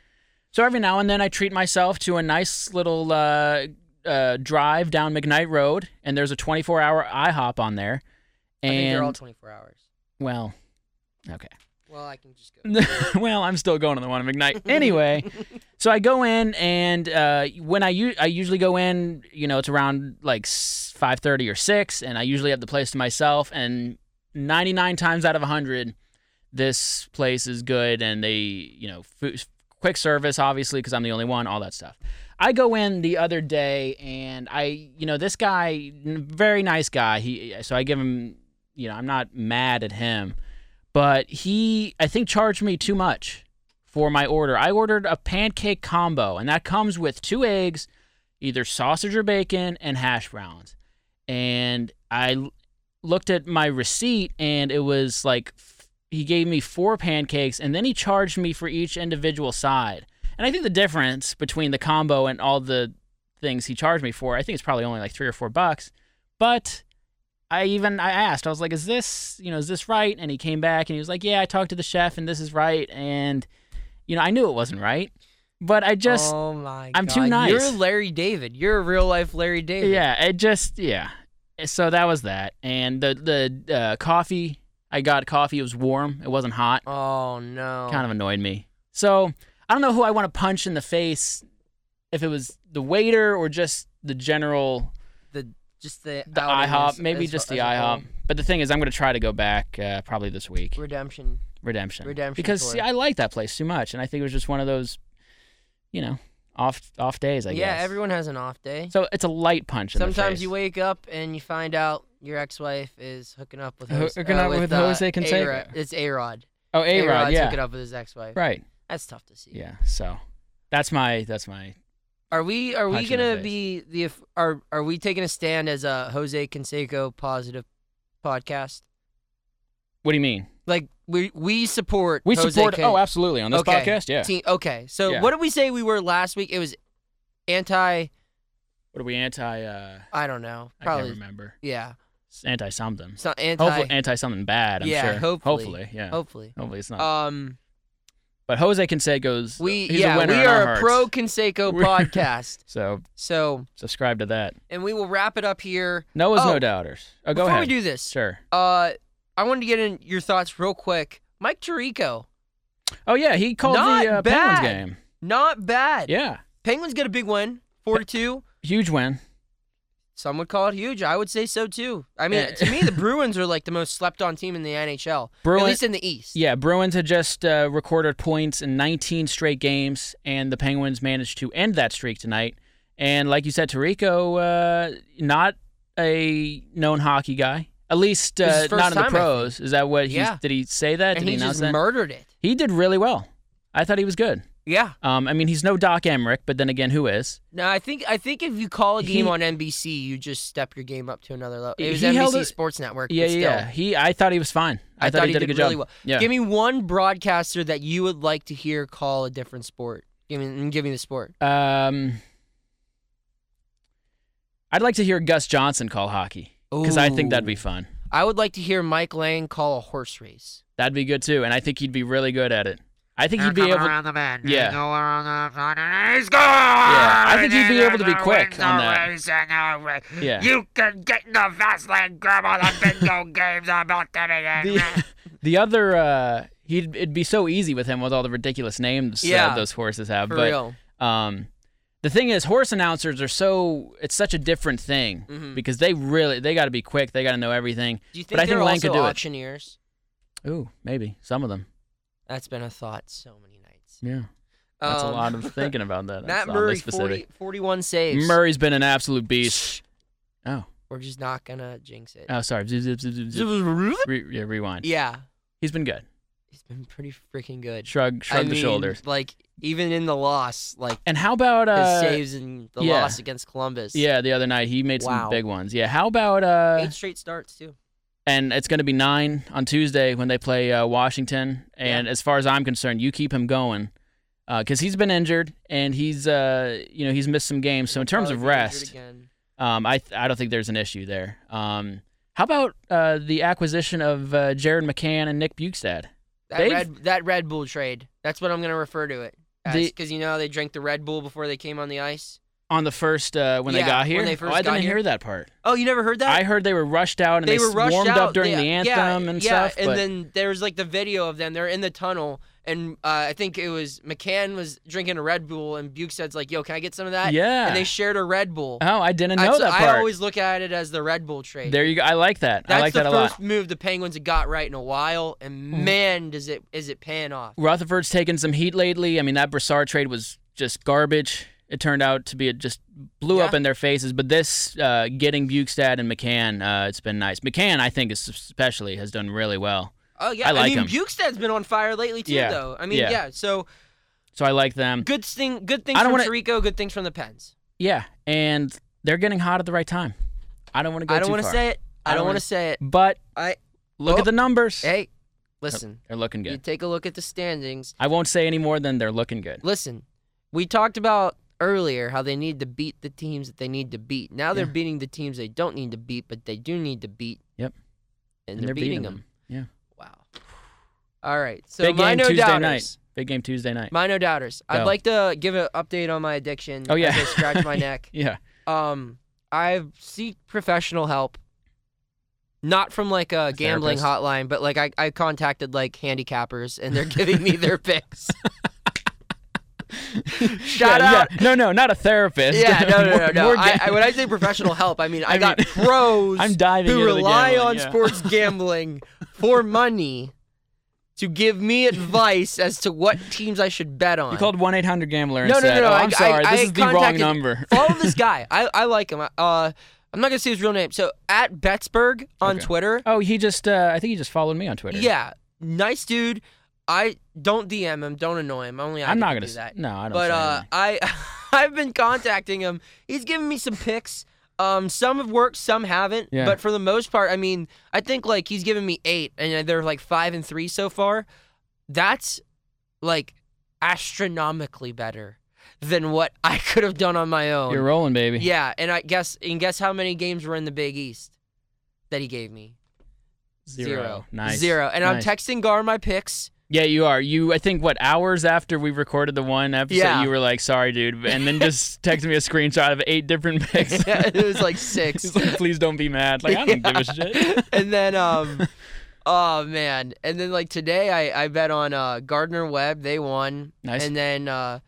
So every now and then I treat myself to a nice little uh, uh, drive down McKnight Road, and there's a 24-hour IHOP on there.
I think
And
they're all 24 hours.
well, okay.
Well, I can just
Mm,
go.
well, I'm still going to the one of McKnight. Anyway, so I go in, and uh, when I u- I usually go in, you know, it's around like five thirty or six, and I usually have the place to myself. And ninety nine times out of hundred, this place is good, and they, you know, food, quick service, obviously, because I'm the only one, all that stuff. I go in the other day, and I, you know, this guy, n- very nice guy. He, so I give him, you know, I'm not mad at him but he I think charged me too much for my order. I ordered a pancake combo and that comes with two eggs, either sausage or bacon and hash browns. And I looked at my receipt and it was like f- he gave me four pancakes and then he charged me for each individual side. And I think the difference between the combo and all the things he charged me for, I think it's probably only like three or four bucks. But I even I asked, I was like, "Is this you know is this right?" And he came back and he was like, "Yeah, I talked to the chef and this is right." And you know I knew it wasn't right, but I just
oh my
I'm
God.
too nice.
You're Larry David. You're a real life Larry David.
Yeah, it just yeah. So that was that, and the the uh, coffee I got coffee. It was warm. It wasn't hot.
Oh no.
Kind of annoyed me. So I don't know who I want to punch in the face, if it was the waiter or just the general
the just the
the
outing
IHOP.
as-
Maybe
as-
just the
as a whole.
IHOP. But the thing is, I'm going to try to go back uh, probably this week.
redemption.
Redemption.
Redemption
Because
tour.
see, I like that place too much, and I think it was just one of those, you know, off off days. I
yeah,
guess.
everyone has an off day.
So it's a light punch. In the
Sometimes
face.
you wake up and you find out your ex-wife is hooking up with
Ho-
Jose,
hooking
uh,
up with
uh,
Jose Canseco.
A-Rod. It's A-Rod.
Oh, a
A-Rod's
rod. Yeah.
hooking up with his ex-wife.
Right.
That's tough to see.
Yeah. So that's my that's my
Are we are we
Punch in the
gonna
face.
be the if- are are we taking a stand as a Jose Canseco positive podcast?
What do you mean?
Like we we support
We
Jose
support
Can-
Oh, absolutely on this
Okay.
podcast, yeah.
Team- okay, so
Yeah.
what did we say we were last week? It was anti.
What are we anti uh
I don't know.
I
Probably
can't remember.
yeah.
Anti something.
It's not anti.
Hopefully anti something bad, I'm
yeah,
sure.
hopefully.
yeah.
Hopefully.
Hopefully it's not.
Um,
but Jose Canseco's
we
he's
yeah
a winner
we
in our
are a
hearts.
pro Conseco
We're-
podcast.
So
So
subscribe to that.
and we will wrap it up here.
Noah's
Oh,
no doubters. Oh, go
Before
ahead.
we do this,
sure.
uh, I wanted to get in your thoughts real quick. Mike Tirico,
Oh yeah, he called
Not
the uh,
bad.
Penguins game.
not bad.
Yeah.
Penguins get a big win, four to two.
Huge win.
Some would call it huge. I would say so too. I mean,
Yeah.
to me, the Bruins are like the most slept on team in the NHL,
Bruin-
at least in the East.
Yeah, Bruins had just uh, recorded points in 19 straight games, and the Penguins managed to end that streak tonight. And like you said, Tarico, uh, not a known hockey guy, at least
This is
uh,
his first
not in the
time, I
pros. Is that what he
Yeah.
did? He say that?
and
did
he,
he, announce
just
that?
murdered it.
he did really well. I thought he was good.
Yeah.
Um, I mean, he's no Doc Emmerich, but then again, who is?
No, I think I think if you call a game
He-
on NBC, you just step your game up to another level. It was
He held
NBC
it-
Sports Network.
Yeah,
but
yeah,
still.
yeah. He, I thought he was fine. I, thought, he did, a good
really
job.
well.
Yeah.
Give me one broadcaster that you would like to hear call a different sport. Give me, give me the sport.
Um, I'd like to hear Gus Johnson call hockey because I think that'd be
Ooh.
fun.
I would like to hear Mike Lang call a horse race.
That'd be good too, and I think he'd be really good at it. I think he'd be able.
the bend.
Yeah.
Go around the bend and he's
Yeah, I think you'd be able to be quick on that.
that.
Yeah.
You can get in the fast lane, grab all the bingo games about to begin.
The, the other, uh, he'd it'd be so easy with him with all the ridiculous names uh,
Yeah.
those horses have.
For
but
real.
um, the thing is, horse announcers are so it's such a different thing
Mhm.
because they really they got to be quick. They got to know everything.
Do you think
but I
they're
think Lang
also
could do
auctioneers?
it. Ooh, maybe some of them.
That's been a thought so many nights.
Yeah, that's
Um,
a lot of thinking about that. That's
Matt
oddly
Murray, 40,
specific.
41 saves.
Murray's been an absolute beast. Oh,
We're just not gonna jinx it.
oh, sorry. Zip, zip, zip, zip, zip. Re- yeah, rewind.
yeah,
He's been good.
he's been pretty freaking good.
Shrug, shrug
I
the
mean,
shoulders.
Like even in the loss, like
And how about
his
uh,
saves and the
yeah.
loss against Columbus.
Yeah, the other night he made
Wow.
some big ones. Yeah, how about uh
eight straight starts too.
and it's going to be 9 on Tuesday when they play uh, Washington and as far as I'm concerned, you keep him going. Uh, cuz he's been injured and he's uh you know, he's missed some games. So in terms
Probably get
of
injured
rest,
again.
um I th- I don't think there's an issue there. Um how about uh, the acquisition of uh, Jared McCann and Nick Bukestad?
that
they've-
Red that Red Bull trade. That's what I'm gonna refer to it
The-
because you know how they drank the Red Bull before they came on the ice.
On the first uh, when
Yeah,
they got
when
here,
they
oh,
first
I
got
didn't
here.
hear that part.
Oh, you never heard that?
I heard they were rushed out and
they,
they,
were rushed
warmed
out
up during
They-
the anthem
yeah,
and
yeah,
stuff.
And
but
then there was like the video of them. They're in the tunnel, and uh, I think it was McCann was drinking a Red Bull, and Buke said's like, "Yo, can I get some of that?"
Yeah.
And they shared a Red Bull.
oh, I didn't know
That's-
that part.
I always look at it as the Red Bull trade.
There you go. I like that.
That's
I like
the
that a
first
lot. Mm.
move the Penguins have got right in a while, and man, does it is it paying off?
Rutherford's taken some heat lately. I mean, that Brassard trade was just garbage. It turned out to be it just blew up
Yeah.
in their faces. But this uh, getting Bukestad and McCann, uh, it's been nice. McCann, I think, is especially has done really well.
Oh yeah,
I like
mean
him.
Bukestad's been on fire lately too,
Yeah.
though. I mean, yeah.
Yeah.
So
So I like them.
good thing, good things
I don't
from
wanna-
Tirico, good things from the Pens.
Yeah, and they're getting hot at the right time. I don't want to go
I don't
too
wanna
far.
say it.
I
I don't
wanna-
want to say it.
But
I
look
Oh.
at the numbers.
hey,
They're-
listen.
They're looking
You
good.
take a look at the standings.
I won't say any more than they're looking good.
Listen, we talked about earlier how they need to beat the teams that they need to beat. Now they're
Yeah.
beating the teams they don't need to beat, but they do need to beat.
Yep.
And,
And
they're, beating, them.
Yeah.
Wow. All right. So
Big
my
game
no
Tuesday
doubters.
night. Big game Tuesday night.
My no doubters. I'd
Go.
like to give an update on my addiction.
Oh, yeah.
As I scratch my neck.
yeah.
Um, I seek professional help. Not from like a, gambling
therapist?
hotline, but like I, I contacted like handicappers and they're giving me their picks. Shout
yeah,
out.
yeah. No, no, not a therapist.
Yeah, no, no, no,
More-
no.
more
I, I,
game-
when I say professional help, I mean I,
I
got
mean-
pros
I'm diving
who
into the
rely
gambling,
on
yeah.
sports gambling for money to give me advice as to what teams I should bet on.
You called one eight hundred gambler and
No, no,
said,
no, no,
"Oh,
I-
I'm sorry,
I-
this
I
is the wrong
contacted-
number."
follow this guy. I, I like him. Uh, I'm not gonna say his real name. So at Betsberg on
Okay.
Twitter.
oh, he just uh, I think he just followed me on Twitter.
Yeah, nice dude. I don't DM him. Don't annoy him. Only I
I'm
can
not
do
gonna s-
that.
No, I don't
But
say
uh,
anything.
I I've been contacting him. He's given me some picks. Um, some have worked, some haven't.
Yeah.
But for the most part, I mean, I think like he's given me eight, and uh, they're like five and three so far. That's like astronomically better than what I could have done on my own.
You're rolling, baby.
Yeah, and I guess and guess how many games were in the Big East that he gave me?
Zero. Nice.
Zero. And
Nice.
I'm texting Gar my picks.
Yeah, you are. You, I think, what hours after we recorded the one episode,
Yeah.
you were like, "Sorry, dude," and then just texted me a screenshot of eight different picks.
it was like six.
It's like, please don't be mad. Like, I don't give a shit.
and then um oh man. And then like today I, I bet on uh Gardner Webb, they won.
Nice.
And then uh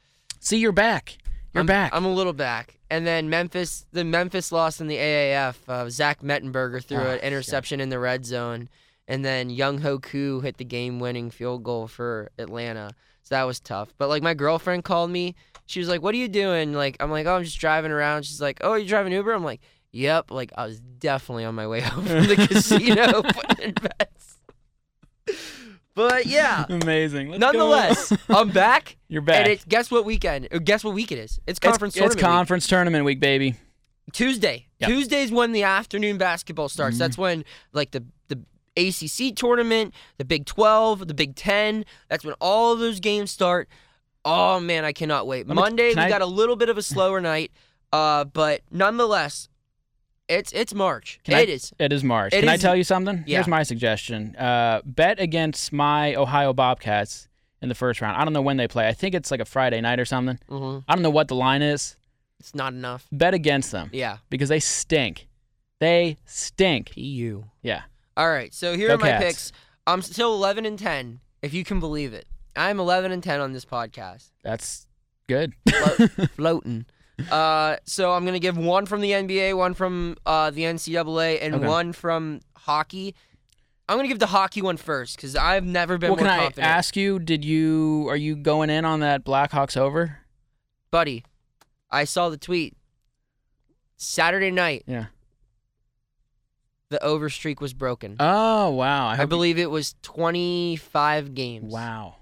See, you're back. You're
I'm,
back.
I'm a little back. And then Memphis the Memphis lost in the AAF. Uh, Zach Mettenberger threw
Ah,
an
shit.
interception in the red zone. And then Young Hoku hit the game winning field goal for Atlanta. So that was tough. But like my girlfriend called me. She was like, What are you doing? Like I'm like, Oh, I'm just driving around. She's like, Oh, you driving Uber? I'm like, Yep. Like I was definitely on my way home from the casino putting in bets. But yeah.
Amazing. Let's go.
Nonetheless, I'm back.
you're back.
And it's guess what weekend? or Guess what week it is? It's
It's-
conference
it's,
tournament. week.
conference tournament week, baby.
Tuesday.
Yep.
Tuesday's when the afternoon basketball starts. That's
Mm-hmm.
when like the the ACC tournament, the Big 12, the Big 10. That's when all those games start. Oh man, I cannot wait.
Let me-
Monday
can
we
I-
got a little bit of a slower night, uh, but nonetheless, it's it's March.
Can I-
It is.
It is March.
It
Can I
is-
tell you something?
Yeah.
Here's my suggestion. Uh, bet against my Ohio Bobcats in the first round. I don't know when they play. I think it's like a Friday night or something.
hmm
I don't know what the line is.
It's not enough.
Bet against them
Yeah.
because they stink. They stink.
PU.
Yeah.
All right, so here
Go
are my
Cats.
picks. I'm still 11 and 10, if you can believe it. I'm 11 and 10 on this podcast.
That's good.
floating. Uh, so I'm gonna give one from the NBA, one from uh, the NCAA, and
Okay.
one from hockey. I'm gonna give the hockey one first because I've never been
well,
more
can I
confident,
ask you? Did you are you going in on that Blackhawks over?
buddy. I saw the tweet. Saturday night,
Yeah.
the over streak was broken.
Oh wow. I,
I,
hope you-
believe it was 25 games.
Wow.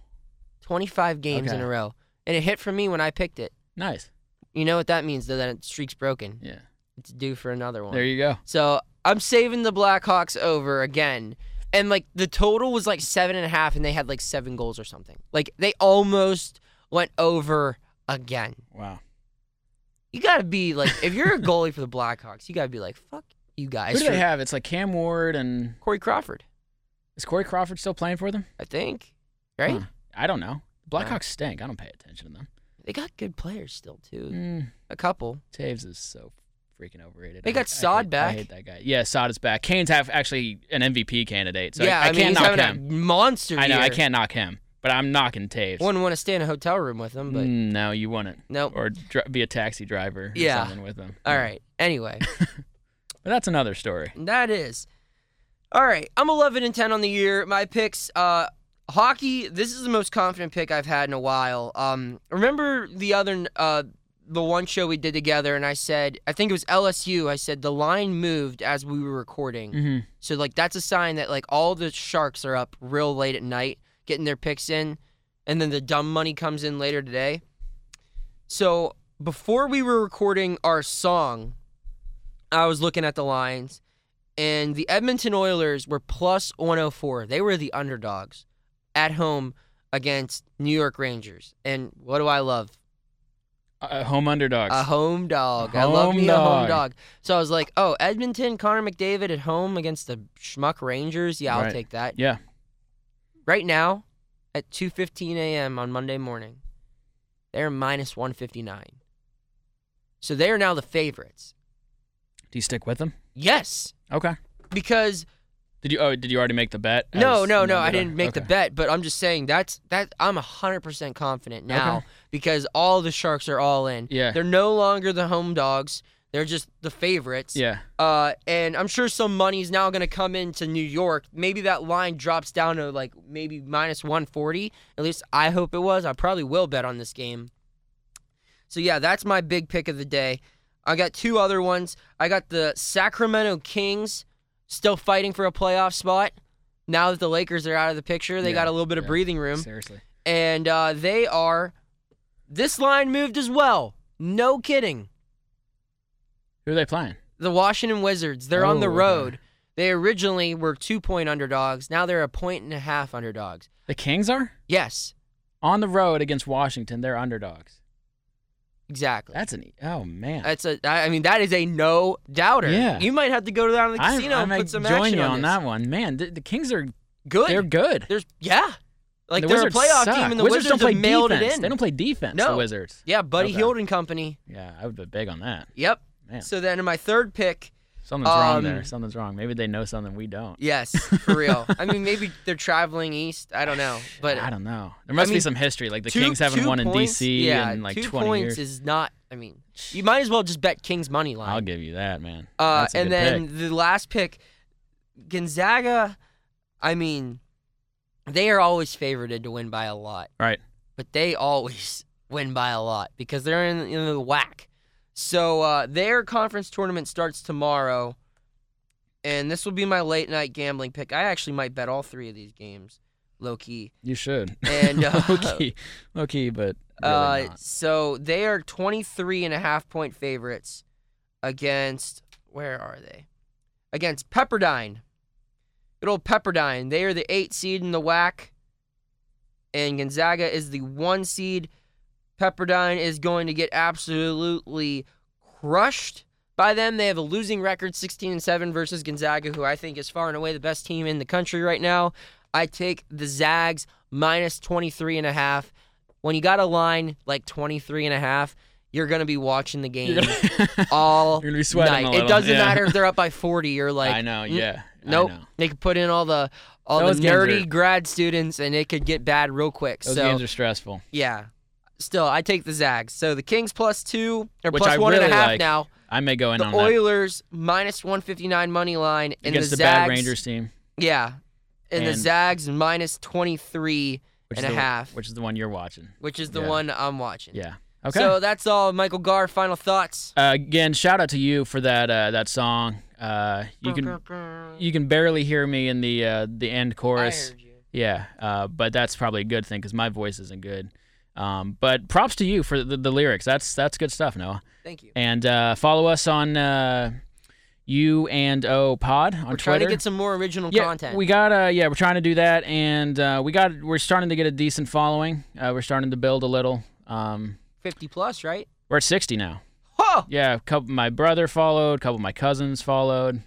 25 games in
Okay.
a row, and it hit for me when I picked it.
Nice.
You know what that means? Though that streak's broken.
Yeah.
It's due for another one.
There you go.
So I'm saving the Blackhawks over again. And like the total was like seven and a half, and they had like seven goals or something. Like they almost went over again.
Wow.
You gotta be like, if you're a goalie for the Blackhawks, you gotta be like, fuck you guys.
Who do
for
they have? It's like Cam Ward and
Corey Crawford,
is Corey Crawford still playing for them?
I think. Right?
Huh. I don't know. Blackhawks stink. I don't pay attention to them.
They got good players still too.
Mm,
A couple.
Taves is so freaking overrated.
They
I-
got
I hate-
Saad back.
I hate that guy. Yeah, Sod is back. Kane's have actually an MVP candidate. So
yeah,
I,
I,
I
mean,
can't
he's
knock
having
him.
a monster.
I know I
year.
can't knock him, but I'm knocking Taves.
Wouldn't want to stay in a hotel room with him, but
Mm, no, you wouldn't.
nope.
Or dr- be a taxi driver. Or
Yeah.
Something with him.
All right. Anyway.
But that's another story.
That is. All right, I'm 11 and 10 on the year. My picks uh hockey, this is the most confident pick I've had in a while. Um remember the other uh the one show we did together and I said, I think it was LSU, I said the line moved as we were recording.
hmm
So like that's a sign that like all the sharks are up real late at night getting their picks in and then the dumb money comes in later today. So before we were recording our song, I was looking at the lines and the Edmonton Oilers were plus 104. They were the underdogs at home against New York Rangers. And what do I love?
Uh, home underdogs.
A home dog. I love
Home
me a home
dog.
dog. So I was like, oh, Edmonton, Connor McDavid at home against the schmuck Rangers. Yeah, I'll
Right.
take that.
yeah.
Right now, at 2:15 a.m. on Monday morning, they're minus 159. So they are now the favorites.
Do you stick with them?
Yes,
Okay.
because
Did you? Oh, did you already make the bet?
no,
as
no,
an
no, I
underdog?
didn't make the
Okay.
bet, but I'm just saying that's that I'm 100% confident now
Okay.
because all the sharks are all in.
Yeah.
They're no longer the home dogs. They're just the favorites.
Yeah.
Uh, and I'm sure some money's now going to come into New York. Maybe that line drops down to like maybe minus 140. At least I hope it was. I probably will bet on this game. So yeah, that's my big pick of the day. I got two other ones. I got the Sacramento Kings still fighting for a playoff spot. Now that the Lakers are out of the picture, they
Yeah,
got a little bit of
yeah.
breathing room
Seriously.
and uh, they are. This line moved as well. No kidding.
Who are they playing?
The Washington Wizards. They're on the
Oh, okay.
road. They originally were two point underdogs. Now they're a point and a half underdogs.
The Kings are
Yes,
on the road against Washington. They're underdogs.
exactly.
That's an. e- Oh man.
That's a. I I mean, that is a no doubter.
Yeah.
You might have to go down to the
I'm-
casino
I'm,
and put some
join
action
you on,
this.
that one, man. The, the Kings are
Good.
they're good.
There's yeah. Like
the
they're
Wizards
a playoff
suck.
team, and the
Wizards,
Wizards,
don't play
have mailed
defense.
it in.
They don't play defense.
No.
The Wizards.
yeah, Buddy
Okay.
Hield and company.
Yeah, I would bet big on that.
Yep.
Man.
So then, in my third pick,
Something's wrong
Um,
there. Something's wrong. Maybe they know something we don't.
Yes, for real. I mean, maybe they're traveling east. I don't know, but
I don't know. There must
mean,
be some history. Like the
two-
Kings haven't
two
won
points-
in DC
yeah,
in like
two
20
points
years.
is not. I mean, you might as well just bet Kings money
I'll
line.
give you that, man.
uh,
That's a
and
good
then
pick.
the last pick, Gonzaga. I mean, they are always favored to win by a lot,
right.
but they always win by a lot because they're in, in the whack. So uh, their conference tournament starts tomorrow, and this will be my late night gambling pick. I actually might bet all three of these games, low key.
You should.
And, uh,
low key, low key, but really
uh,
not.
so they are 23 and a half point favorites against where are they against pepperdine good old pepperdine they are the eight seed in the whack and gonzaga is the one seed pepperdine is going to get absolutely crushed by them they have a losing record 16 and 7 versus gonzaga who i think is far and away the best team in the country right now i take the zags minus 23 and a half when you got a line like 23 and a half you're gonna be watching the game all
You're gonna be sweating a
night it
little,
doesn't
yeah.
matter if they're up by 40 you're like
I know.
"Mm,
Yeah. I
nope
know.
they could put in all the all
Those
the
games
nerdy
are-
grad students and it could get bad real quick
Those
so
games are stressful.
yeah still i take the zags so the kings plus two or
Which
plus
I
one and a
really
half
like.
now
I may go in
the
on
oilers minus 159 money line
that
and
against
the,
the, bad
Zags-
Rangers team,
yeah and, the
And-
zags minus 23
which
and
is
a
the,
half
which is the one you're watching.
which is the
yeah.
one i'm watching
Yeah. Okay.
So that's all, Michael Gar. Final thoughts.
Uh, again, shout out to you for that uh, that song. Uh, you can you can barely hear me in the uh, the end chorus. Yeah, uh, but that's probably a good thing because my voice isn't good. Um, but props to you for the, the lyrics. That's that's good stuff, Noah.
Thank you.
And uh, follow us on uh, U and O Pod on
We're
Twitter.
trying to get some more original
yeah,
content.
we got uh, yeah, we're trying to do that, and uh, we got we're starting to get a decent following. Uh, we're starting to build a little. Um,
50 plus, right?
we're at sixty now.
Oh,
Yeah, a couple my brother followed, a couple of my cousins followed.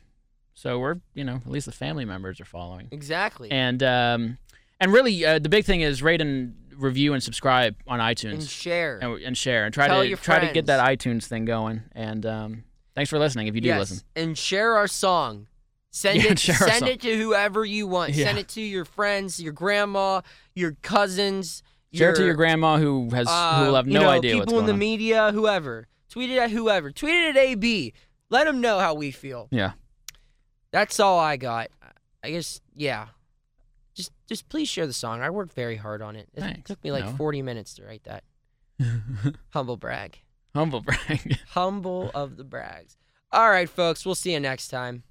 So we're, you know, at least the family members are following.
exactly.
And um and really uh, the big thing is rate and review and subscribe on
And
iTunes
share.
and, and share and try
Tell
to
your
try to get
friends.
that iTunes thing going and um thanks for listening if you do
yes.
listen.
And share our song. Send
Yeah,
it.
share our
Send
song.
it to whoever you want.
Yeah.
Send it to your friends, your grandma, your cousins.
Share it to your grandma who has who
uh,
will have
you
no
know,
idea
People
what's
in
going
the
on.
media, whoever. Tweet it at whoever. Tweet it at AB. Let them know how we feel.
yeah.
That's all I got. I guess yeah. Just just please share the song. I worked very hard on it. It
Thanks,
took me like
Noah.
40 minutes to write that. Humble brag.
Humble brag.
Humble of the brags. All right, folks, we'll see you next time.